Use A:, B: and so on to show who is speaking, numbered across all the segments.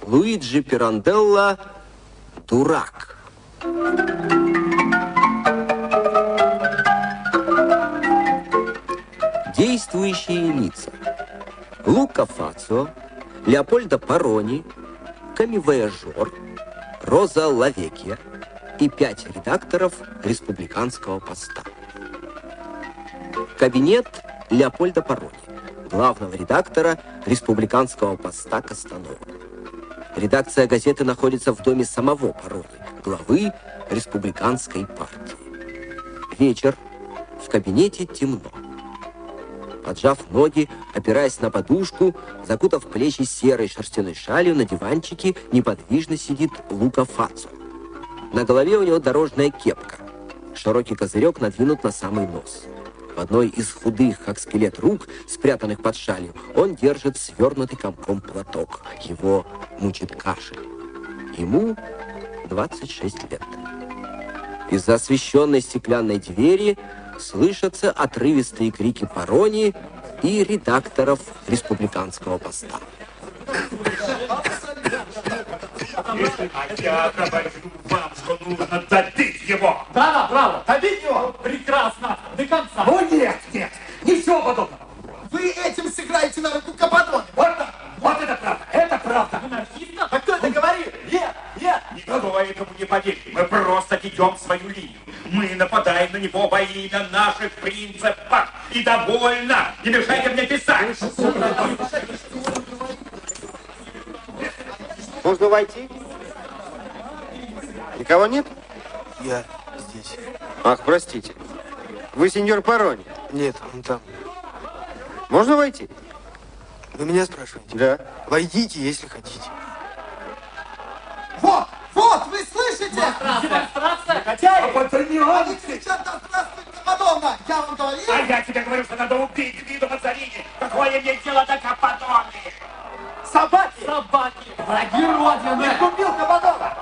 A: Луиджи Пиранделла «Дурак». Действующие лица. Лука Фацио, Леопольдо Парони, Камивояжор, Роза Лавекия и пять редакторов республиканского поста. Кабинет Леопольда Парони, главного редактора республиканского поста Костанова. Редакция газеты находится в доме самого Парони, главы республиканской партии. Вечер. В кабинете темно. Поджав ноги, опираясь на подушку, закутав плечи серой шерстяной шалью, на диванчике неподвижно сидит Лука Фацу. На голове у него дорожная кепка. Широкий козырек надвинут на самый нос. В одной из худых, как скелет рук, спрятанных под шалью, он держит свернутый комком платок. Его мучит кашель. Ему 26 лет. Из-за освещенной стеклянной двери слышатся отрывистые крики парони и редакторов республиканского поста.
B: А я говорю вам, что нужно добить его.
C: Да, браво! Добить его! Прекрасно! До конца!
B: О, Ну, нет, нет, ничего подобного.
D: Вы этим сыграете на руку Кападон.
B: Вот так, вот это правда, это правда.
C: Анархистов?
D: А кто это говорит?
B: Нет, нет, никого этому не поверит. Мы просто ведем свою линию. Мы нападаем на него во имя наших принципов. И довольно. Не мешайте мне писать.
E: Можно войти? Никого нет?
F: Я здесь.
E: Ах, простите. Вы сеньор Парони.
F: Нет, он там.
E: Можно войти?
F: Вы меня спрашиваете?
E: Да.
F: Войдите, если хотите.
D: Вот, вот, вы слышите?
C: Демонстрация?
B: А
D: Они кричат «Да здравствует Кападона!» Я вам говорил?
B: А я тебе говорю, что надо убить Гвиду Мазарини. Какое мне дело до Кападоны?
D: Собаки!
C: Собаки! Враги Родины!
D: Убил Кападона!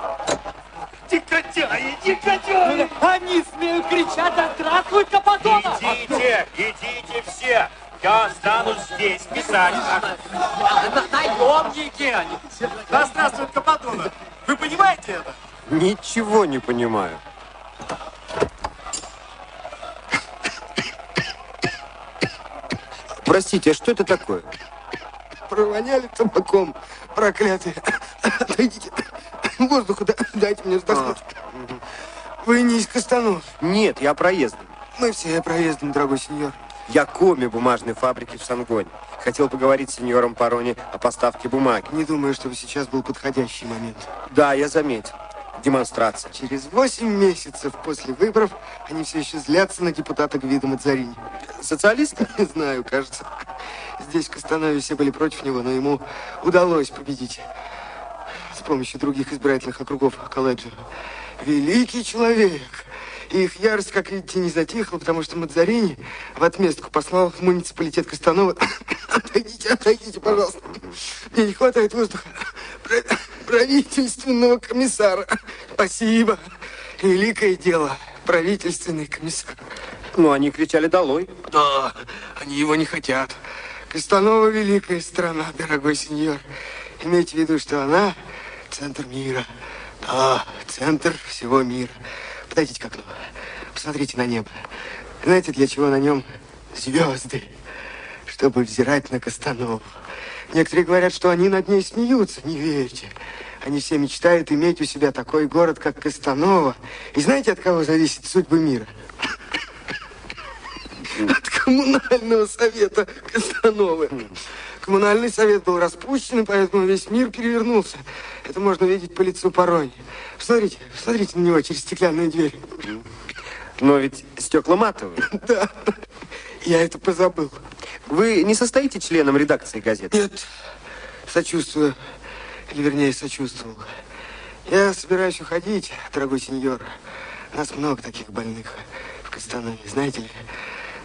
B: Негодяи, негодяи!
C: Они смеют кричать «Да здравствует Кападона!»
B: Идите, идите все. Я останусь здесь писать.
C: Наемники они!
B: Да здравствует Кападона. Вы понимаете это?
E: Ничего не понимаю. Простите, а что это такое?
F: Провоняли табаком, проклятые. Дайте воздуху, да- дайте мне вздохнуть.
E: А.
F: Вы не из Костанов.
E: Нет, я проездом.
F: Мы все проездом, дорогой сеньор.
E: Я коми бумажной фабрики в Сангоне. Хотел поговорить с сеньором Парони о поставке бумаги.
F: Не думаю, чтобы сейчас был подходящий момент.
E: Да, я заметил. Демонстрация.
F: Через восемь месяцев после выборов они все еще злятся на депутата Гвида Мадзарини.
E: Социалисты?
F: Не знаю, кажется. Здесь, в Костанове, все были против него, но ему удалось победить. С помощью других избирательных округов колледжа. Великий человек! И Их ярость, как видите, не затихла, потому что Мадзарини в отместку послал в муниципалитет Костанова. Отойдите, отойдите, пожалуйста. Мне не хватает воздуха. Про- Правительственного комиссара. Спасибо. Великое дело. Правительственный комиссар.
E: Ну, они кричали «Долой!»
F: Да, они его не хотят. Костанова великая страна, дорогой сеньор. Имейте в виду, что она центр мира. Да, центр всего мира. Подойдите к окну. Посмотрите на небо. Знаете, для чего на нем звезды? Чтобы взирать на Костанову. Некоторые говорят, что они над ней смеются. Не верьте. Они все мечтают иметь у себя такой город, как Костанова. И знаете, от кого зависит судьба мира? от коммунального совета Костановы. Коммунальный совет был распущен, и поэтому весь мир перевернулся. Это можно видеть по лицу Парони. Посмотрите, посмотрите на него через стеклянную дверь.
E: Но ведь стекла матовые.
F: Да, я это позабыл.
E: Вы не состоите членом редакции газеты?
F: Нет, сочувствую. Или, вернее, сочувствовал. Я собираюсь уходить, дорогой сеньор. Нас много таких больных в Кастанове, знаете ли.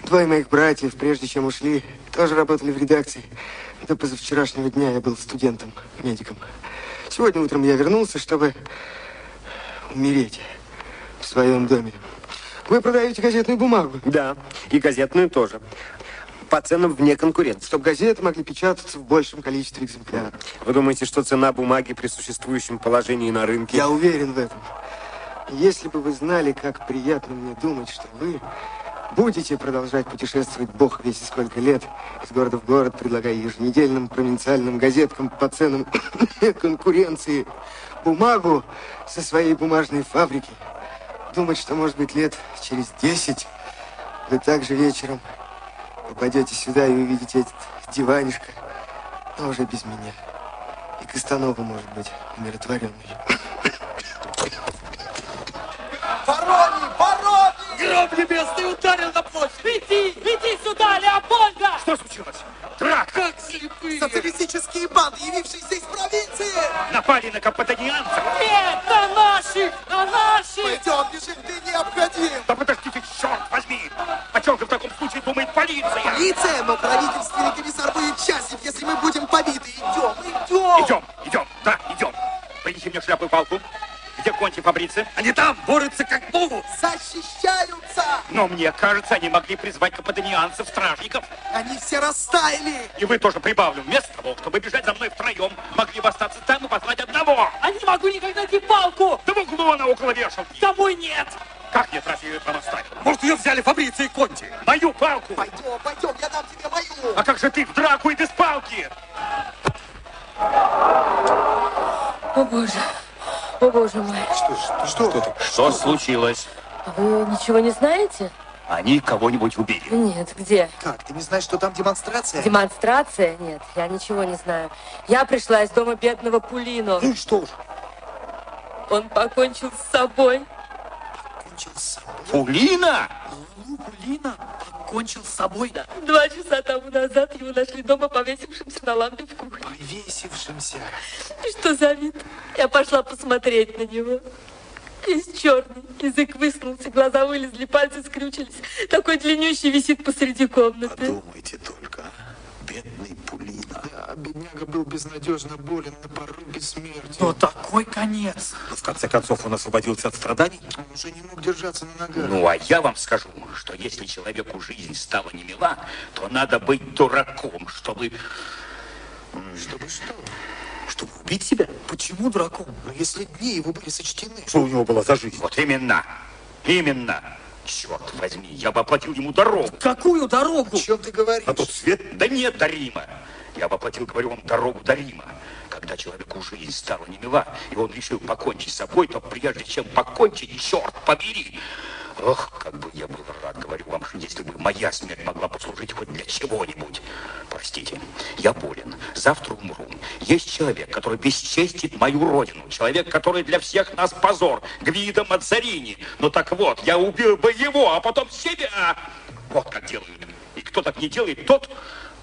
F: Двое моих братьев, прежде чем ушли, тоже работали в редакции. До позавчерашнего дня я был студентом, медиком. Сегодня утром я вернулся, чтобы умереть в своем доме. Вы продаете газетную бумагу.
E: Да, и газетную тоже. по ценам вне конкуренции.
F: чтобы газеты могли печататься в большем количестве экземпляров.
E: Вы думаете, что цена бумаги при существующем положении на рынке...
F: Я уверен в этом. Если бы вы знали, как приятно мне думать, что вы будете продолжать путешествовать бог весь и сколько лет из города в город, предлагая еженедельным провинциальным газеткам по ценам конкуренции бумагу со своей бумажной фабрики. Думать, что, может быть, лет через 10 вы также вечером попадете сюда и увидите этот диванишко, но уже без меня. И Костанова может быть умиротворенный.
D: Вороний! Вороний!
G: Гроб небесный ударил на площадь. Иди, иди сюда, Леопольда!
B: Что случилось? Драк!
G: Как слепые!
D: Социалистические банды, явившиеся из провинции!
B: Напали на капотанианцев!
G: Нет, на наших, на наших!
D: Пойдем, бежим, ты необходим!
B: Да подождите, черт возьми! О чем же в таком случае думает полиция?
D: Полиция, но правительственный комиссар будет счастлив, если мы будем побиты. Идем, идем!
B: Идем, идем, да, идем. Принеси мне шляпу и палку. Где кончи фабрицы?
G: Они там борются как богу!
D: Защищаются!
B: Но мне кажется, они могли призвать капотанианцев, стражников.
D: Они все растаяли!
B: И вы тоже прибавлю. Вместо того, чтобы бежать за мной втроем, могли бы остаться там и послать одного.
G: А не могу никак найти палку!
B: Да в углу она около вешалки.
G: Домой нет!
B: Как нет, разве я ее там оставил?
G: Может, ее взяли Фабриция и Конти?
B: Мою палку!
D: Пойдем, пойдем, я дам тебе мою!
B: А как же ты в драку и без палки?
H: О боже, о боже мой, А
B: Что случилось?
H: вы ничего не знаете?
B: Они кого-нибудь убили.
H: Нет, где?
D: Как, ты не знаешь, что там демонстрация?
H: Демонстрация? Нет, я ничего не знаю. Я пришла из дома бедного Пулино.
D: Ну и что же?
H: Он покончил с собой.
D: Кончился.
B: Пулина?
D: Ну, Лина, покончил с собой, да?
H: Два часа тому назад его нашли дома, повесившимся на лампе в кухне.
D: Повесившимся.
H: Что за вид? Я пошла посмотреть на него. Весь черный, язык высунулся, глаза вылезли, пальцы скрючились. Такой длиннющий висит посреди комнаты.
I: Думайте только, бедный Пулина.
F: Да, бедняга был безнадежно болен на пороге смерти.
G: Но Ну, такой конец!
I: Но в конце концов он освободился от страданий.
F: Он уже не мог держаться на ногах.
B: Ну, а я вам скажу, что если человеку жизнь стала не мила, то надо быть дураком, чтобы...
F: Ну, Чтобы что?
B: чтобы убить себя.
F: Почему дураком? Ну, если дни его были сочтены.
I: Что у него было за жизнь?
B: Вот именно, именно. Черт возьми, я бы оплатил ему дорогу.
G: Какую дорогу?
F: О чем ты говоришь?
I: А тот свет?
B: Да нет, до Рима. Я бы оплатил, говорю вам, дорогу до Рима. Когда человеку жизнь стала немила, и он решил покончить с собой, то прежде чем покончить, черт побери, Ох, как бы я был рад, говорю вам, если бы моя смерть могла послужить хоть для чего-нибудь. Простите, я болен, завтра умру. Есть человек, который бесчестит мою родину, человек, который для всех нас позор, Гвидо Мацарини. Ну так вот, я убил бы его, а потом себя. Вот как делают. И кто так не делает, тот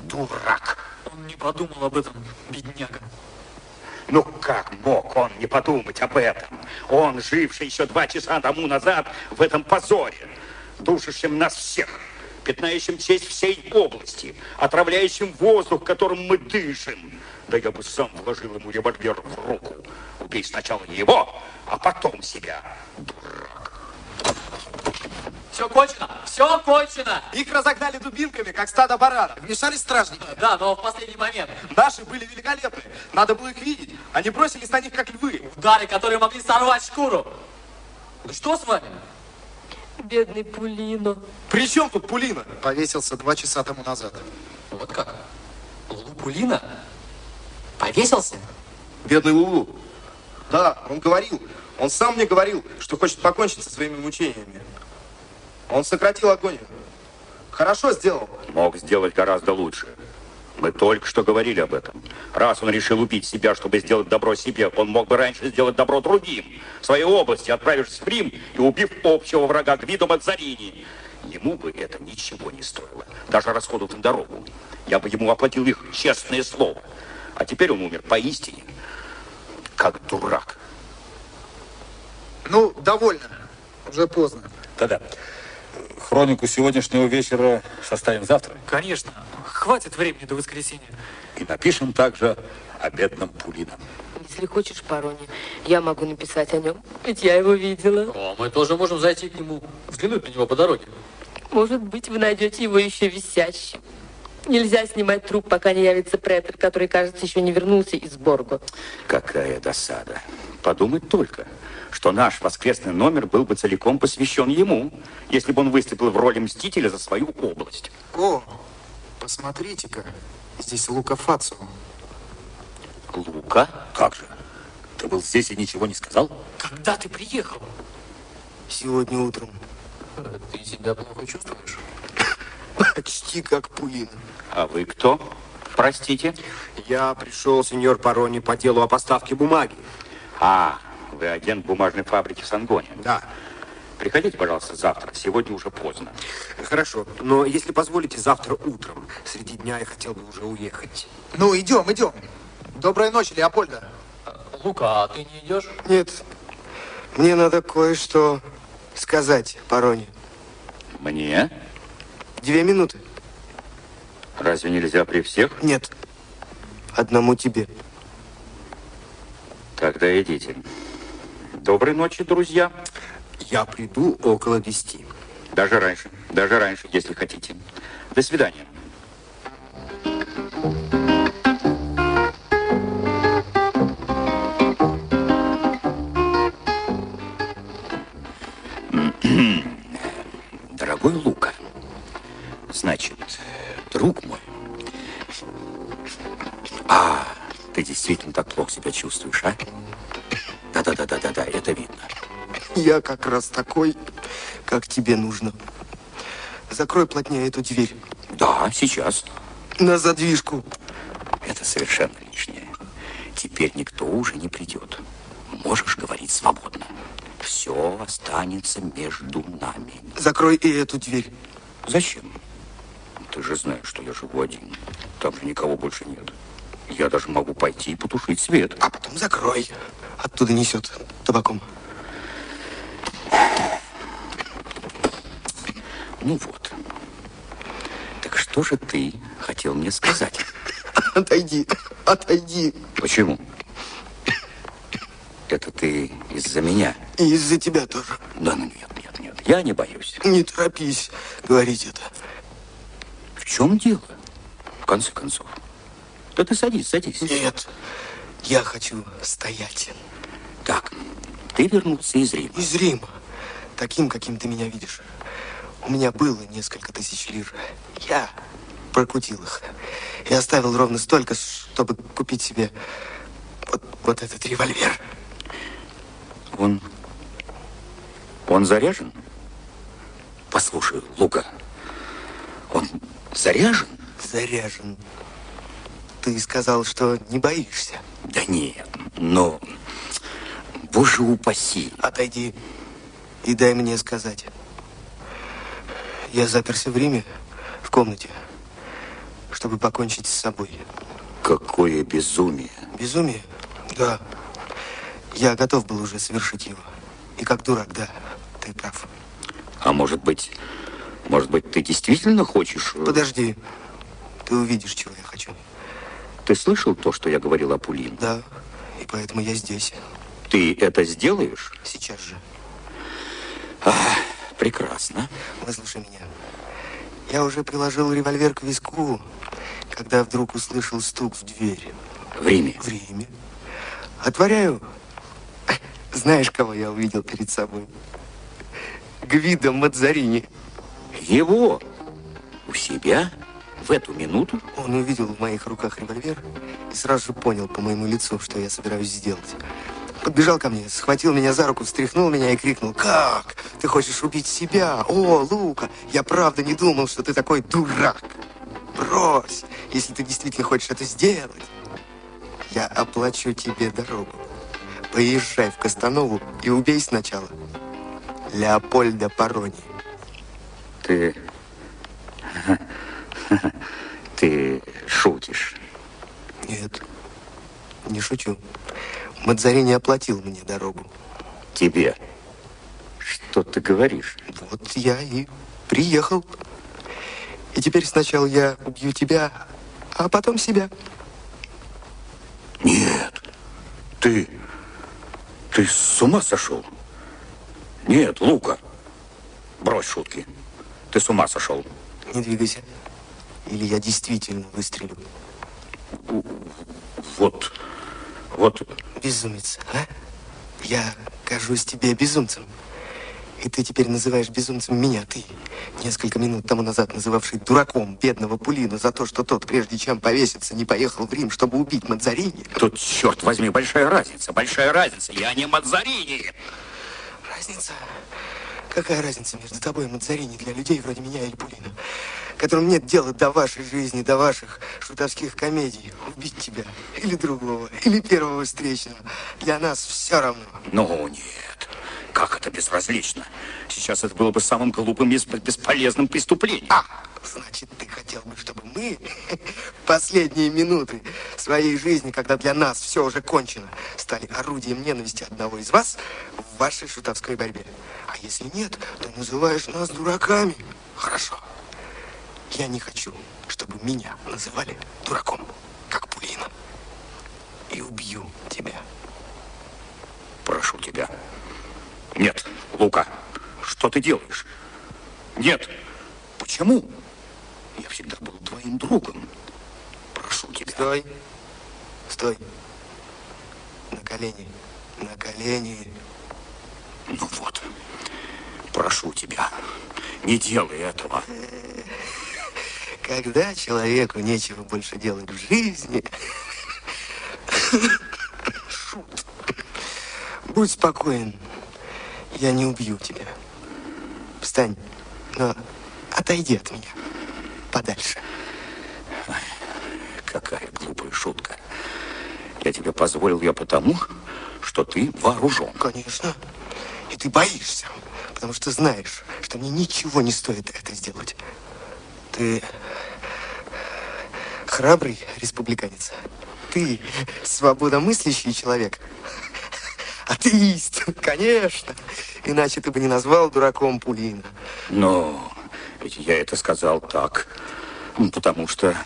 B: дурак.
G: Он не подумал об этом, бедняга.
B: Ну как мог он не подумать об этом? Он, живший еще два часа тому назад в этом позоре, душащим нас всех, пятнающим честь всей области, отравляющим воздух, которым мы дышим. Да я бы сам вложил ему револьвер в руку. Убей сначала его, а потом себя.
G: Все кончено, все кончено!
F: Их разогнали дубинками, как стадо баранов.
D: Вмешались стражники.
G: Да, но в последний момент.
F: Наши были великолепны. Надо было их видеть. Они бросились на них, как львы.
G: Удары, которые могли сорвать шкуру. Что с вами?
H: Бедный Пулино.
F: При чем тут Пулина?
D: Повесился два часа тому назад.
G: Вот как? Лупулина? Повесился?
E: Бедный Лулу. Да, он говорил. Он сам мне говорил, что хочет покончить со своими мучениями. Он сократил агонию. Хорошо сделал.
B: Мог сделать гораздо лучше. Мы только что говорили об этом. Раз он решил убить себя, чтобы сделать добро себе, он мог бы раньше сделать добро другим. В своей области, отправившись в Рим и убив общего врага Гвидо Мадзарини. Ему бы это ничего не стоило. Даже расходов на дорогу. Я бы ему оплатил их честное слово. А теперь он умер поистине, как дурак.
D: Ну, довольно. Уже поздно.
I: Да-да. Хронику сегодняшнего вечера составим завтра.
G: Конечно. Хватит времени до воскресенья.
I: И напишем также о бедном Пулином.
H: Если хочешь, Парони, я могу написать о нем, ведь я его видела.
G: О, мы тоже можем зайти к нему, взглянуть на него по дороге.
H: Может быть, вы найдете его еще висящим. Нельзя снимать труп, пока не явится претор, который, кажется, еще не вернулся из Борго.
B: Какая досада. Подумать только, что наш воскресный номер был бы целиком посвящен ему, если бы он выступил в роли мстителя за свою область.
D: О, посмотрите-ка, здесь Лука Фацио.
B: Лука?
I: Как же? Ты был здесь и ничего не сказал?
G: Когда ты приехал?
F: Сегодня утром.
D: Ты себя плохо чувствуешь?
F: Почти как Пулин.
B: А вы кто? Простите?
E: Я пришел, сеньор Парони, по делу о поставке бумаги.
B: А, вы агент бумажной фабрики в Сангоне.
E: Да.
B: Приходите, пожалуйста, завтра. Сегодня уже поздно.
E: Хорошо, но если позволите, завтра утром. Среди дня я хотел бы уже уехать.
D: Ну, идем, идем. Доброй ночи, Леопольда.
G: Лука, а ты не идешь?
F: Нет, мне надо кое-что сказать Пароне.
B: Мне?
F: Две минуты.
B: Разве нельзя при всех?
F: Нет, одному тебе.
B: Тогда идите. Доброй ночи, друзья.
E: Я приду около десяти.
B: Даже раньше. Даже раньше, если хотите. До свидания. Дорогой Лука, значит, друг мой, а, ты действительно так плохо себя чувствуешь, а? Да-да-да-да-да, это видно.
F: Я как раз такой, как тебе нужно. Закрой плотнее эту дверь.
B: Да, сейчас.
F: На задвижку.
B: Это совершенно лишнее. Теперь никто уже не придет. Можешь говорить свободно. Все останется между нами.
F: Закрой и эту дверь.
B: Зачем? Ты же знаешь, что я живу один. Там же никого больше нет. Я даже могу пойти и потушить свет.
F: А потом закрой. Оттуда несет табаком.
B: Ну вот. Так что же ты хотел мне сказать?
F: Отойди, отойди.
B: Почему? Это ты из-за меня?
F: И из-за тебя тоже.
B: Да ну нет, нет, нет. Я не боюсь.
F: Не торопись говорить это.
B: В чем дело? В конце концов. Да ты садись, садись.
F: Нет, я хочу стоять.
B: Так, ты вернулся из Рима.
F: Из Рима. Таким, каким ты меня видишь. У меня было несколько тысяч лир. Я прокутил их. И оставил ровно столько, чтобы купить себе вот, вот этот револьвер.
B: Он... Он заряжен? Послушай, Лука, он заряжен?
F: Заряжен. Ты сказал, что не боишься.
B: Да нет, но... Боже упаси.
F: Отойди и дай мне сказать. Я заперся в Риме, в комнате, чтобы покончить с собой.
B: Какое безумие.
F: Безумие? Да. Я готов был уже совершить его. И как дурак, да, ты прав.
B: А может быть... Может быть, ты действительно хочешь... э,
F: Подожди, ты увидишь, чего я хочу.
B: Ты слышал то, что я говорил о Пулин?
F: Да, и поэтому я здесь,
B: Ты это сделаешь?
F: сейчас же.
B: Прекрасно.
F: Выслушай меня. Я уже приложил револьвер к виску, когда вдруг услышал стук в дверь.
B: В Риме.
F: В Риме. Отворяю. Знаешь, кого я увидел перед собой? Гвида Мадзарини.
B: Его? У себя? В эту минуту?
F: Он увидел в моих руках револьвер и сразу же понял по моему лицу, что я собираюсь сделать. Подбежал ко мне, схватил меня за руку, встряхнул меня и крикнул, «Как? Ты хочешь убить себя? О, Лука, я правда не думал, что ты такой дурак! Брось, если ты действительно хочешь это сделать, я оплачу тебе дорогу. Поезжай в Костанову и убей сначала Леопольда Парони.
B: Ты... Ты шутишь.
F: Нет, не шучу. Мадзарини оплатил мне дорогу.
B: Тебе. Что ты говоришь?
F: Вот я и приехал. И теперь сначала я убью тебя, а потом себя.
I: Нет. Ты... Ты с ума сошел? Нет, Лука. Брось шутки. Ты с ума сошел.
F: Не двигайся. или я действительно выстрелю.
B: Вот, вот,
F: Безумец, а? Я кажусь тебе безумцем. И ты теперь называешь безумцем меня, ты, несколько минут тому назад называвший дураком бедного Пулина за то, что тот, прежде чем повеситься, не поехал в Рим, чтобы убить Мадзарини.
B: тут, черт возьми, большая разница, большая разница. Я не Мадзарини.
F: Разница? Какая разница между тобой и Мадзарини для людей вроде меня или Пулина, которым нет дела до вашей жизни, до ваших шутовских комедий? Убить тебя или другого, или первого встречного. Для нас все равно.
B: Ну нет, как это безразлично. Сейчас это было бы самым глупым и бес- бесполезным преступлением.
F: А, значит, ты хотел бы, чтобы мы в последние минуты своей жизни, когда для нас все уже кончено, стали орудием ненависти одного из вас в вашей шутовской борьбе. А если нет, то называешь нас дураками. Хорошо. Я не хочу, чтобы меня называли дураком, как Пулина. И убью тебя.
B: Прошу тебя. Нет, Лука, что ты делаешь? Нет. Почему? Я всегда был твоим другом. Прошу тебя.
F: Стой. Стой. На колени. На колени.
B: Ну вот. Прошу тебя. Не делай этого.
F: Когда человеку нечего больше делать в жизни, шут, будь спокоен, я не убью тебя. Встань, но отойди от меня подальше.
B: Какая глупая шутка. Я тебе позволил я потому, что ты вооружен.
F: Конечно, и ты боишься, потому что знаешь, что мне ничего не стоит это сделать. Ты храбрый республиканец. Ты свободомыслящий человек. Атеист, конечно. Иначе ты бы не назвал дураком Пулина.
B: Но ведь я это сказал так, ну, потому что...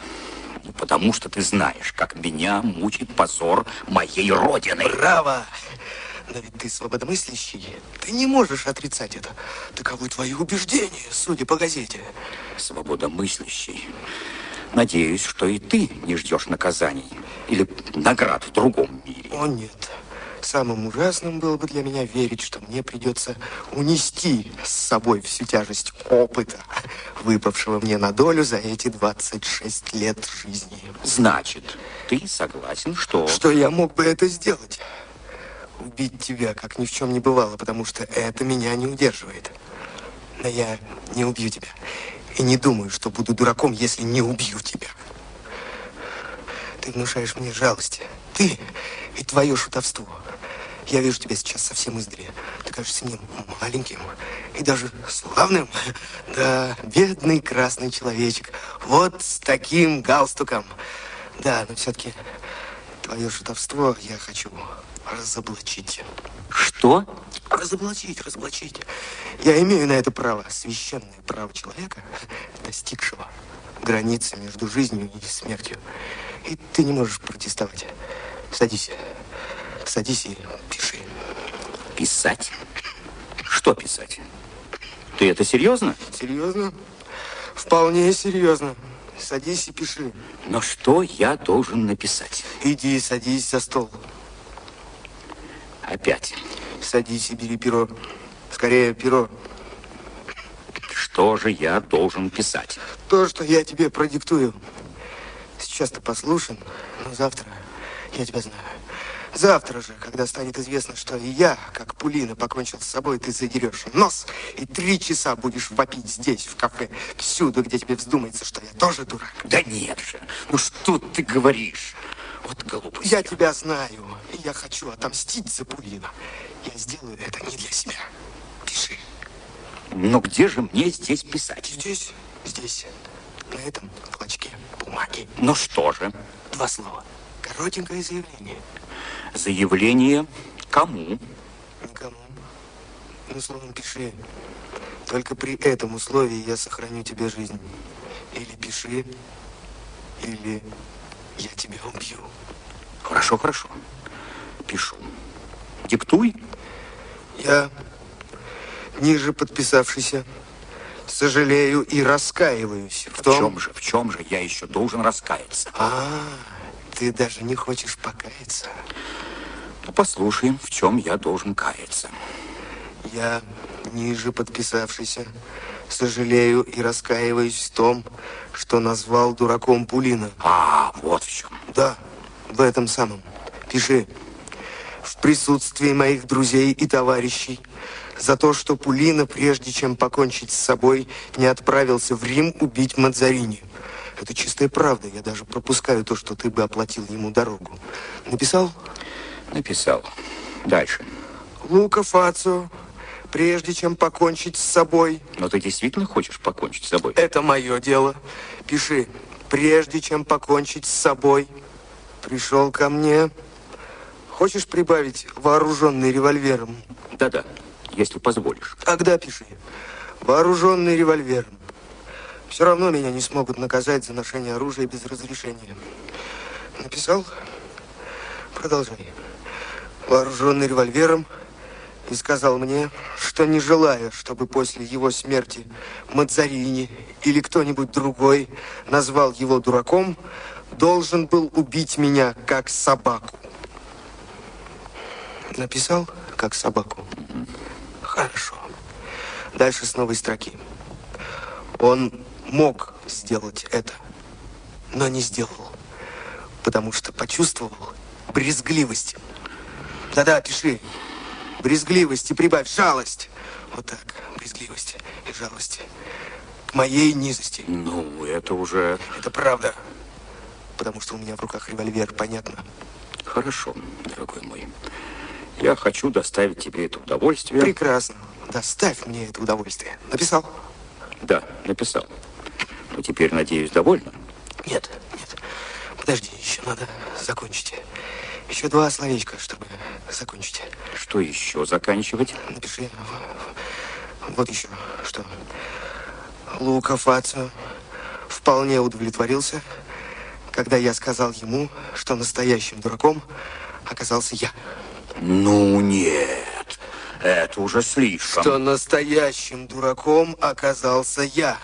B: ну, Потому что ты знаешь, как меня мучит позор моей родины.
F: Браво! Но ведь ты свободомыслящий. Ты не можешь отрицать это. Таковы твои убеждения, судя по газете.
B: Свободомыслящий. Надеюсь, что и ты не ждешь наказаний или наград в другом мире.
F: О, нет. Самым ужасным было бы для меня верить, что мне придется унести с собой всю тяжесть опыта, выпавшего мне на долю за эти 26 лет жизни.
B: Значит, ты согласен, что...
F: Что я мог бы это сделать? Убить тебя, как ни в чем не бывало, потому что это меня не удерживает. Но я не убью тебя. И не думаю, что буду дураком, если не убью тебя. Ты внушаешь мне жалость. Ты и твое шутовство. Я вижу тебя сейчас совсем издали. Ты кажешься мне маленьким и даже славным. Да, бедный красный человечек. Вот с таким галстуком. Да, но все-таки твое шутовство я хочу разоблачить.
B: Что?
F: Разоблачить, разоблачить. Я имею на это право, священное право человека, достигшего границы между жизнью и смертью. И ты не можешь протестовать. Садись, садись и пиши.
B: Писать? Что писать? Ты это серьезно?
F: Серьезно? Вполне серьезно. Садись и пиши.
B: Но что я должен написать?
F: Иди, садись за стол.
B: Опять.
F: Садись и бери перо. Скорее, перо.
B: Что же я должен писать?
F: То, что я тебе продиктую. Сейчас ты послушен, но завтра я тебя знаю. Завтра же, когда станет известно, что и я, как Пулина, покончил с собой, ты задерешь нос и три часа будешь вопить здесь, в кафе, всюду, где тебе вздумается, что я тоже дурак.
B: Да нет же. Ну что ты говоришь? Вот глупость.
F: Я тебя знаю, и я хочу отомстить за Пулина. Я сделаю это не для себя. Пиши.
B: Но где же мне здесь писать?
F: Здесь, здесь, на этом клочке бумаги.
B: Ну что же?
F: Два слова. Коротенькое заявление.
B: Заявление кому?
F: Никому. Ну, словом, пиши. Только при этом условии я сохраню тебе жизнь. Или пиши, или я тебя убью.
B: Хорошо, хорошо. Пишу. Диктуй.
F: Я, ниже подписавшийся, сожалею и раскаиваюсь в
B: В
F: том...
B: чем же, в чем же я еще должен раскаяться?
F: А, ты даже не хочешь покаяться.
B: Ну, послушаем, в чем я должен каяться.
F: Я, ниже подписавшийся, сожалею и раскаиваюсь в том, что назвал дураком Пулина.
B: А, вот в чем.
F: Да, в этом самом. Пиши. В присутствии моих друзей и товарищей за то, что Пулина, прежде чем покончить с собой, не отправился в Рим убить Мадзарини. Это чистая правда. Я даже пропускаю то, что ты бы оплатил ему дорогу. Написал?
B: Написал. Дальше.
F: Лука Фацио, прежде чем покончить с собой,
B: Но ты действительно хочешь покончить с собой? Э,
F: это мое дело. Пиши, прежде чем покончить с собой, пришел ко мне. Хочешь прибавить вооруженный револьвером?
B: Да-да, если позволишь.
F: Тогда пиши. Вооруженный револьвером. Все равно меня не смогут наказать за ношение оружия без разрешения. Написал? Продолжай. Вооруженный револьвером и сказал мне, что не желая, чтобы после его смерти Мадзарини или кто-нибудь другой назвал его дураком, должен был убить меня как собаку. Написал как собаку? Хорошо. Дальше с новой строки. Он мог сделать это, но не сделал, потому что почувствовал брезгливость. Да-да, пиши. Брезгливость и прибавь жалость. Вот так, брезгливость и жалость. К моей низости.
B: Ну, это уже
F: Это правда. Потому что у меня в руках револьвер, понятно?
B: хорошо, дорогой мой. Я хочу доставить тебе это удовольствие.
F: Прекрасно. Доставь мне это удовольствие. Написал?
B: Да, написал. Ну, теперь, надеюсь, довольна?
F: Нет, нет. Подожди, еще надо закончить. Еще два словечка, чтобы закончить.
B: Что еще заканчивать?
F: Напиши. Вот еще что. Лука Фацио вполне удовлетворился, когда я сказал ему, что настоящим дураком оказался я.
B: Ну, нет. Это уже слишком.
F: Что настоящим дураком оказался я.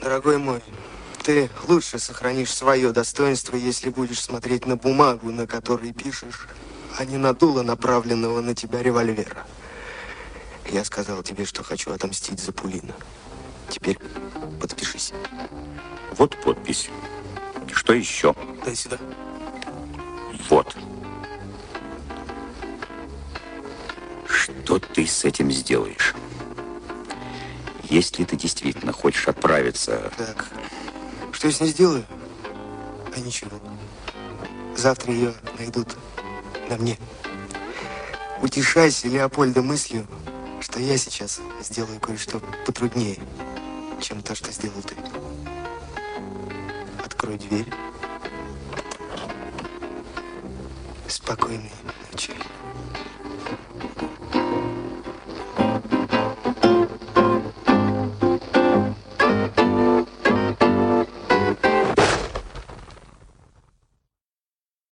F: Дорогой мой, ты лучше сохранишь свое достоинство, если будешь смотреть на бумагу, на которой пишешь, а не на дуло направленного на тебя револьвера. Я сказал тебе, что хочу отомстить за Пулина. Теперь подпишись.
B: Вот подпись. Что еще?
F: Дай сюда.
B: Вот. Что ты с этим сделаешь? Если ты действительно хочешь отправиться...
F: Так, что я с ней сделаю? А ничего. Завтра ее найдут на мне. Утешайся, Леопольда, мыслью, что я сейчас сделаю кое-что потруднее, чем то, что сделал ты. Открой дверь. Спокойной ночи.